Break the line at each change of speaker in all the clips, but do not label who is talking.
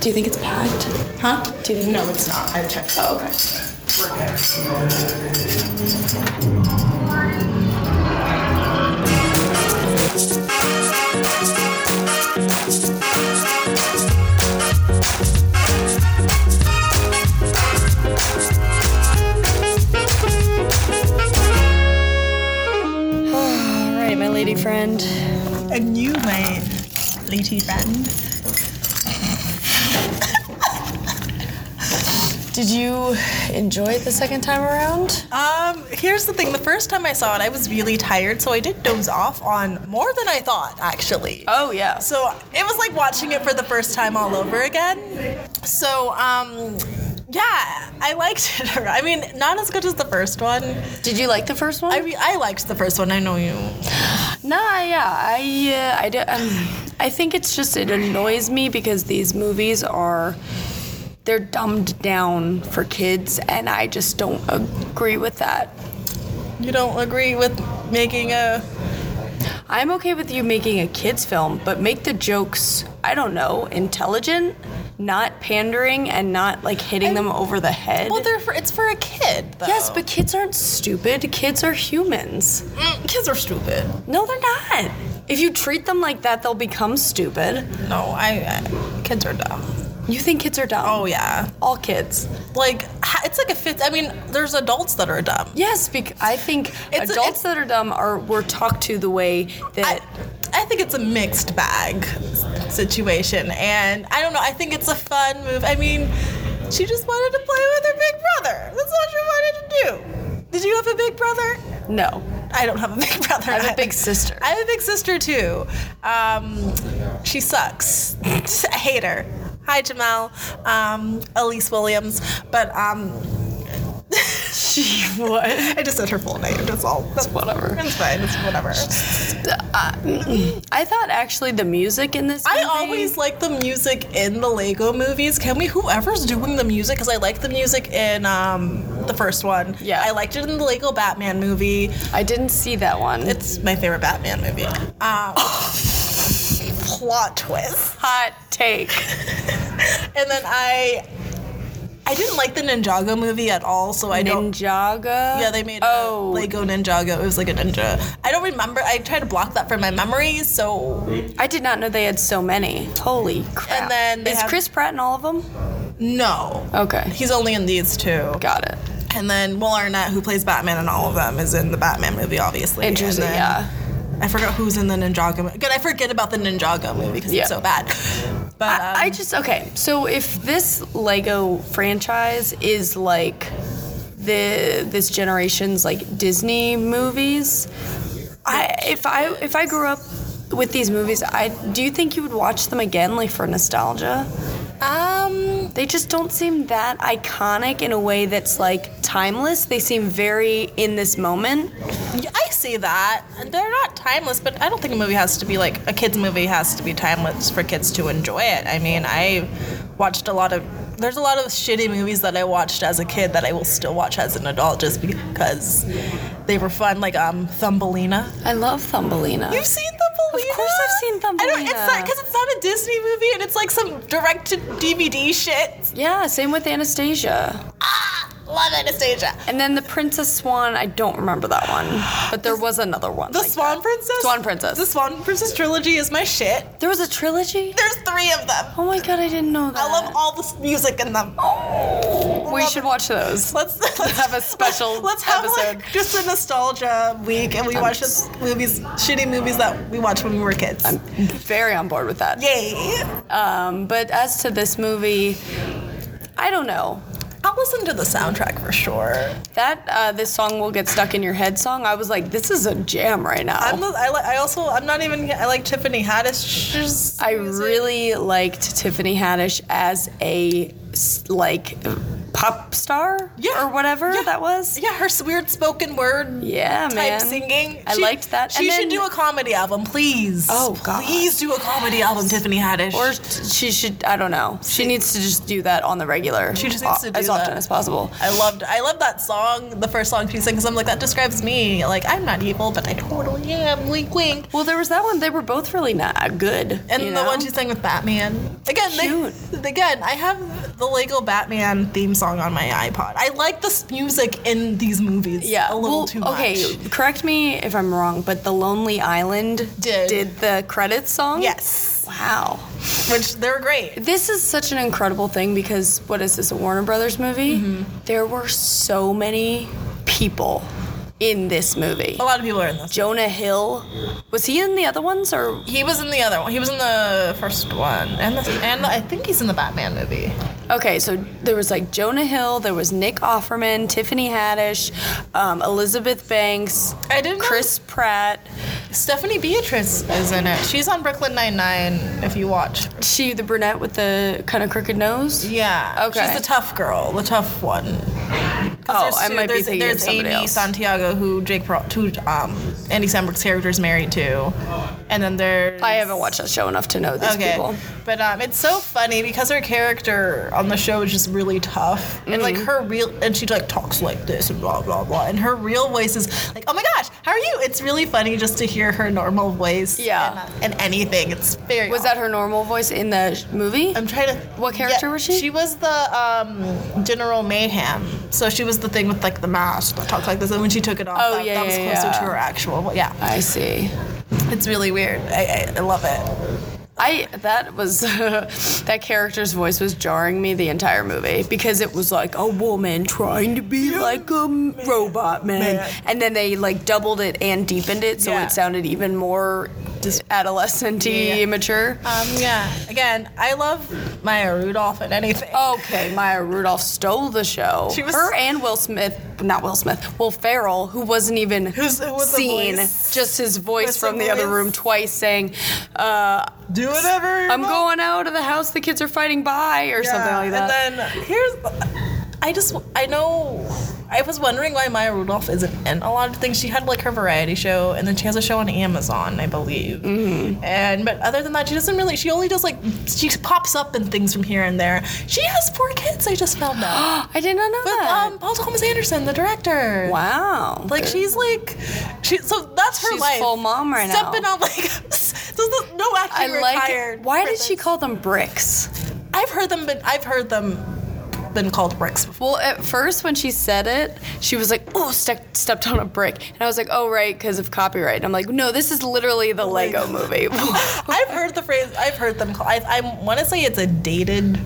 Do you think it's packed?
Huh?
Do you think
No, it's not. I checked.
Oh, okay. All right, my lady friend.
And you, my lady friend.
Did you enjoy it the second time around?
Um, here's the thing. The first time I saw it, I was really tired, so I did doze off on more than I thought, actually.
Oh, yeah.
So it was like watching it for the first time all over again. So, um, yeah, I liked it. I mean, not as good as the first one.
Did you like the first one?
I re- I liked the first one. I know you.
Nah, yeah, I, uh, I, do, um, I think it's just it annoys me because these movies are they're dumbed down for kids, and I just don't agree with that.
You don't agree with making a.
I'm okay with you making a kids film, but make the jokes I don't know intelligent, not pandering, and not like hitting them over the head.
Well, they're for, it's for a kid. Though.
yes, but kids aren't stupid. Kids are humans.
Mm, kids are stupid.
No, they're not. If you treat them like that, they'll become stupid.
No, I, I kids are dumb.
You think kids are dumb?
Oh yeah,
all kids.
like ha- it's like a fifth. I mean, there's adults that are dumb.
Yes, because I think
It's
adults
a- it's-
that are dumb are were talked to the way
I,
that
I think it's a mixed bag s- situation, and I don't know. I think it's a fun move. I mean, she just wanted to play with her big brother. That's all she wanted to do. Did you have a big brother?
no.
I don't have a big brother.
I have a big sister.
I have a big sister too. Um, she sucks. I hate her. Hi, Jamal. Um, Elise Williams. But um,
She what?
I just said her full name. That's all. That's
whatever. Uh,
It's fine. It's whatever.
I thought actually the music in this.
I
movie-
always like the music in the Lego movies. Can we, whoever's doing the music, because I like the music in um, the first one.
Yeah.
I liked it in the Lego Batman movie.
I didn't see that one.
It's my favorite Batman movie. Um, plot twist.
hot take.
And then I, I didn't like the Ninjago movie at all, so I don't.
Ninjago.
Yeah, they made a
Oh,
Lego Ninjago. It was like a ninja. I don't remember. I tried to block that from my memory, so
I did not know they had so many. Holy crap!
And then they
is
have-
Chris Pratt in all of them?
no.
Okay,
He's only in these two.
got it.
And then Will Arnett, who plays Batman in all of them, is in the Batman movie, obviously. And
Interesting.
then-
yeah.
I forgot who's in the Ninjago movie. Good, I forget about the Ninjago movie because
Yeah.
it's so bad. But um,
I, I just okay. So if this Lego franchise is like the this generation's like Disney movies, I if I if I grew up with these movies, I do you think you would watch them again like for nostalgia?
um,
They just don't seem that iconic in a way that's like timeless. They seem very in this moment.
yeah, I see that they're not timeless, but I don't think a movie has to be like a kids movie has to be timeless for kids to enjoy it. I mean, I watched a lot of. There's a lot of shitty movies that I watched as a kid that I will still watch as an adult just because they were fun, like um, Thumbelina.
I love Thumbelina.
You've seen Thumbelina?
Of course I've seen
I don't, it's
Thumbelina.
not because it's not a Disney movie and it's like some direct to DVD shit.
yeah, same with Anastasia.
Ah, love Anastasia.
And then the Princess Swan, I don't remember that one, but there was another one.
The
like
Swan
that.
Princess.
Swan Princess.
The Swan Princess trilogy is my shit.
There was a trilogy?
There's three of them.
Oh my god, I didn't know that.
I love all the s- music in them.
Uh, Oh, we
love
should
it.
watch those.
Let's, let's
have a special
Let's have
episode.
like just a nostalgia week, and we watch
just-
the movies, shitty movies that we watched when we were kids.
Very on board with that.
Yay!
Um, but as to this movie, I don't know.
I'll listen to the soundtrack for sure.
That uh, this song will get stuck in your head song. I was like, this is a jam right now.
I'm the, I, li- I also I'm not even I like Tiffany Haddish's
I
music.
really liked Tiffany Haddish as a s- like pop star or whatever
yeah.
that was.
Yeah, her s- weird spoken word
Yeah,
type
man.
singing.
I liked that.
She
And
should
then-
do a comedy album, please.
Oh, God.
Please do a comedy album, Tiffany Haddish.
Or she should, I don't know. She needs to just do that on the regular. Uh,
She just needs to do
As often
that.
as possible.
I loved I loved that song, the first song she sings. I'm like that describes me. Like I'm not evil, but I totally am. Wink, wink.
Well, there was that one. They were both really not good.
And
you
the
know?
one she sang with Batman. Again,
Cute.
they, again, I have the Lego Batman theme song on my iPod. I like this music in these movies
Yeah.
a little
well,
too much.
Okay, correct me if I'm wrong, but The Lonely Island
Did.
the credits song?
Yes,
Wow.
which they're great.
This is such an incredible thing because what is this, a Warner Brothers movie?
Mm-hmm.
There were so many people in this movie.
A lot of people are in this.
Jonah Hill, was he in the other ones or
He was in the other one. He was in the first one, and the, and I think he's in the Batman movie.
Okay, so there was like Jonah Hill, there was Nick Offerman, Tiffany Haddish, um, Elizabeth Banks,
I didn't know-
Chris Pratt.
Stephanie Beatrice is in it. She's on Brooklyn Nine Nine. If you watch,
She, the brunette with the kind of crooked nose.
yeah,
Okay.
she's the tough girl, the tough one. 'Cause
Oh,
there's
I
two-
might be
there's,
thinking of
there's
somebody
Amy
else.
Santiago, who Jake, Pro- who um, Andy Samberg's character is married to, and then there's
I haven't watched that show enough to know these
okay.
people.
But um, it's so funny because her character on the show is just really tough, and like
Mm-hmm.
her real, and she like talks like this and blah blah blah, and her real voice is like, oh my gosh, how are you? It's really funny just to hear her normal voice.
Yeah.
and, uh, and anything. It's very.
Was that her normal voice in the sh- movie?
I'm trying to.
What character was she?
She was the um, General Mayhem. So she was the thing with like the mask that talked like this, and when she took it off,
Oh,
that,
yeah,
that was
yeah,
closer
yeah.
to her actual. vo- Yeah,
I see.
it's really weird. I, I, I love it.
I that was that character's voice was jarring me the entire movie because it was like a woman trying to be like a m- robot man.
Man.
and then they like doubled it and deepened it so
Yeah.
it sounded even more adolescent
Yeah, yeah.
immature.
Um, yeah. Again, I love Maya Rudolph and anything.
Okay, Maya Rudolph stole the show.
She was-
Her and Will Smith, not Will Smith, Will Ferrell, who wasn't even
Who's- who was the
seen,
voice.
just his voice
Was the
from the other
voice.
room twice saying, uh,
do whatever. you
"I'm
want.
going out of the house. The kids are fighting by" or something
Yeah,
like that.
And then here's, I just I know. I was wondering why Maya Rudolph isn't in a lot of things. She had like her variety show, and then she has a show on Amazon, I believe.
Mm-hmm.
And but other than that, she doesn't really. She only does like she pops up in things from here and there. She has four kids. I just found out.
I did not know
With
that.
um, Paul Thomas Anderson, the director.
wow.
Like she's like, she so that's her
She's
life.
full mom right now.
Stepping on like, this is- no acting
I like it.
required.
Why
for
did she
this.
call them bricks?
I've heard them. Been, I've heard them been called bricks before.
Well, at first when she said it, she was like, "Oh, ste- stepped on a brick," and I was like, "Oh, right, because of copyright." And I'm like, "No, this is literally
Oh
the Lego Movie."
I've heard the phrase. I've heard them call. I, I want to say it's a dated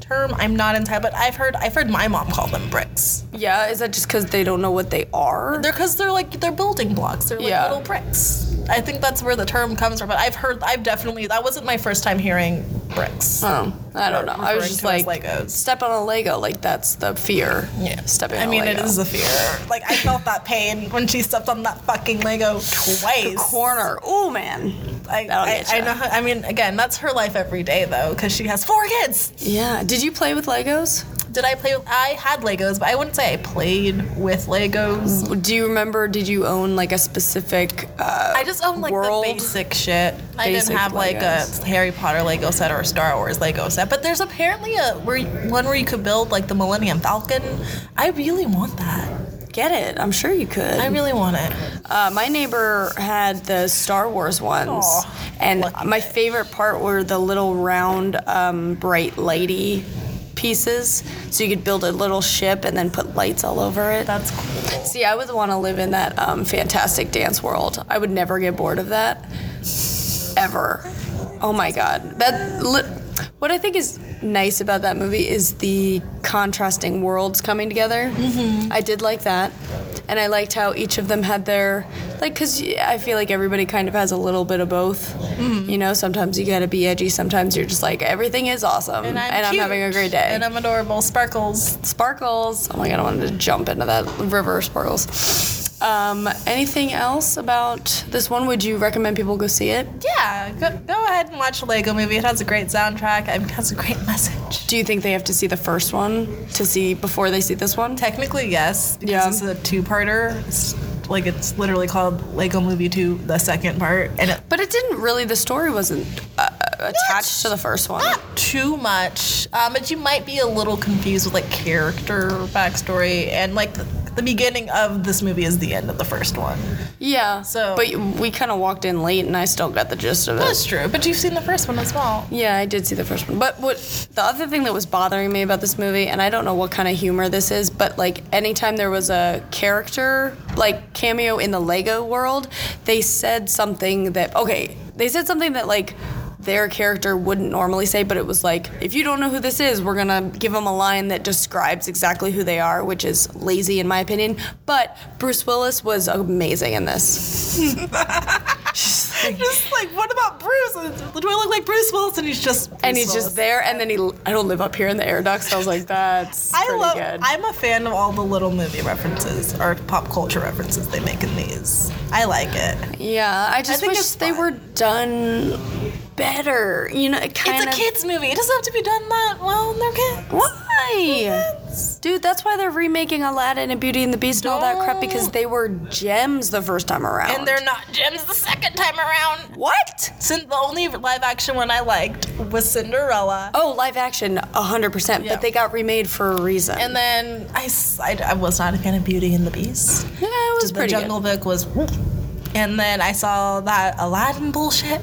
term. I'm not entirely, but I've heard. I've heard my mom call them bricks.
yeah, is that just because they don't know what they are?
They're because they're like they're building blocks. They're like
Yeah.
little bricks. I think that's where the term comes from. But I've heard. I've definitely. That wasn't my first time hearing bricks.
Oh, I don't know. I was
Referring
just
to as
like,
Legos.
step on a Lego, like that's the fear. stepping.
I
on
mean,
a Lego.
it is a fear. Like I felt that pain when she stepped on that fucking Lego twice.
corner. Oh man.
I,
That'll
I,
get
I
ya.
know. How, I mean, again, that's her life every day though, because she has four kids.
Yeah. Did you play with Legos?
Did I play? With, I had Legos, but I wouldn't say I played with Legos.
Do you remember? Did you own like a specific? Uh,
I just owned like
World-
the basic shit. I didn't
Basic
have like
Legos.
a Harry Potter Lego set or a Star Wars Lego set. But there's apparently a where you- one where you could build like the Millennium Falcon. I really want that.
get it. I'm sure you could.
I really want it.
Uh, my neighbor had the Star Wars ones,
Aw,
and
lucky
my
bitch.
favorite part were the little round, um, bright lighty pieces. So you could build a little ship and then put lights all over it.
That's cool.
See, I would want to live in that um, fantastic dance world. I would never get bored of that, ever. Oh my god, that. Li- what I think is nice about that movie is the contrasting worlds coming together. Mm-hmm. I did like that, and I liked how each of them had their like. Cause I feel like everybody kind of has a little bit of both. You know, sometimes you gotta be edgy. Sometimes you're just like everything is awesome, and I'm,
cute,
having a great day
And I'm adorable. Sparkles.
sparkles. Oh my god, I wanted to jump into that river of sparkles. Um, anything else about this one? Would you recommend people go see it?
Yeah, go, go ahead and watch a Lego movie. It has a great soundtrack. It has a great message.
Do you think they have to see the first one to see before they see this one?
Technically, yes. Because
Yeah.
it's a two-parter. It's, like it's literally called Lego Movie Two: The Second Part, and it,
But it didn't really. The story wasn't uh, attached to the first one.
not too uh, much. Um, but you might be a little confused with like character backstory and like the, the beginning of this movie is the end of the first one.
Yeah.
So-
but we kind of walked in late, and I still got the gist of it.
That's true, but you've seen the first one as well.
Yeah, I did see the first one. But what the other thing that was bothering me about this movie, and I don't know what kind of humor this is, but like anytime there was a character like cameo in the Lego world, they said something that okay, they said something that like their character wouldn't normally say, but it was like, if you don't know who this is, we're gonna give them a line that describes exactly who they are, which is lazy in my opinion. But Bruce Willis was amazing in this.
Just like, what about Bruce? Do I look like Bruce Willis? And he's just Bruce
and he's
Willis.
just there, and then he, I don't live up here in the air ducts. So I was like, that's
I
pretty
love.
good.
I'm a fan of all the little movie references or pop culture references they make in these. I like it.
Yeah, I just
think
wish
it's
they
fun.
were done better. You know, it kind
It's a
of.
kids movie. It doesn't have to be done that well. They're kids.
Why?
Kids.
Dude, that's why they're remaking Aladdin and Beauty and the Beast and all that crap because
Don't.
they were gems the first time around.
And they're not gems the second time around.
What?
Since the only live action one I liked was Cinderella.
Oh, live action, 100%,
Yeah.
but they got remade for a reason.
And then I, s- I- I was not a fan of Beauty and the Beast.
yeah, it was
the
pretty
Jungle Book was. And then I saw that Aladdin bullshit.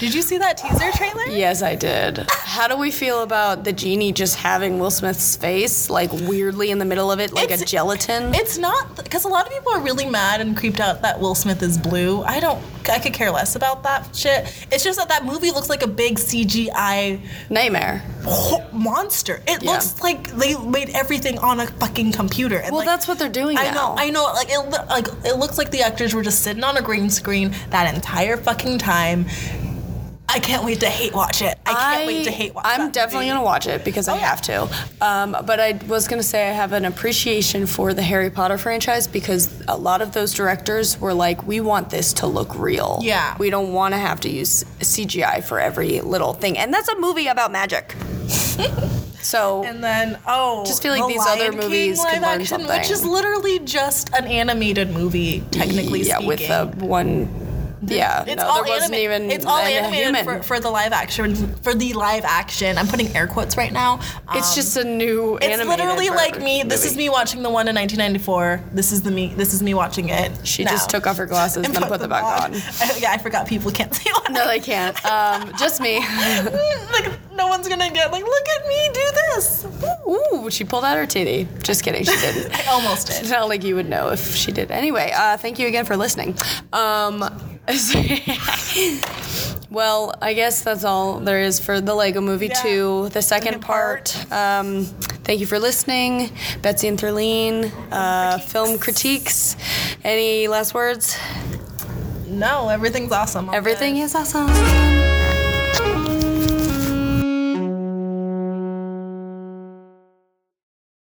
Did you see that teaser trailer?
good. Yes, I did. How do we feel about the genie just having Will Smith's face, like weirdly in the middle of it, like a
It's-
gelatin?
It's not because a lot of people are really mad and creeped out that Will Smith is blue. I don't. I could care less about that shit. It's just that that movie looks like a big CGI
Nightmare.
ho- monster. It
Yeah.
looks like they made everything on a fucking computer. And
Well,
like,
that's what they're doing
I
now.
know. I know. Like it. lo- Like it looks like the actors were just sitting on a green screen that entire fucking time. I can't wait to hate watch it. I can't wait to hate watch.
I'm
that
definitely
movie.
gonna watch it because I
yeah.
have to. Um, but I was gonna say I have an appreciation for the Harry Potter franchise because a lot of those directors were like, "We want this to look real.
Yeah.
we don't want to have to use CGI for every little thing." And that's a movie about magic. so
And then oh,
Just feel like
The
these
Lion
other
King
movies could
live
learn
action, which
something.
is literally just an animated movie, technically
yeah,
speaking.
with the one. Yeah,
it's
no,
all
there wasn't
anima-
even
It's all
a
animated
human.
for, for the live action. For the live action, I'm putting air quotes right now.
it's
Um,
just a new.
It's
animated
literally
ver-
like me. This is
movie.
me watching the one in 1994. This is the me. This is me watching it.
She
now.
just took off her glasses and, then put them back on.
I- yeah, I forgot people can't see on.
No, they can't. Um, just me.
like no one's gonna get like look at me do this.
Ooh, she pulled out her titty. Just kidding, she didn't.
I almost did.
it's not like you would know if she did. Anyway, uh, thank you again for listening. Um, well, I guess that's all there is for the Lego Movie
Yeah.
2, the second
Second part.
part. Um, thank you for listening, Betsy and Thurleen, uh, film critiques. Any last words?
No, everything's awesome. All
Everything
good.
is awesome.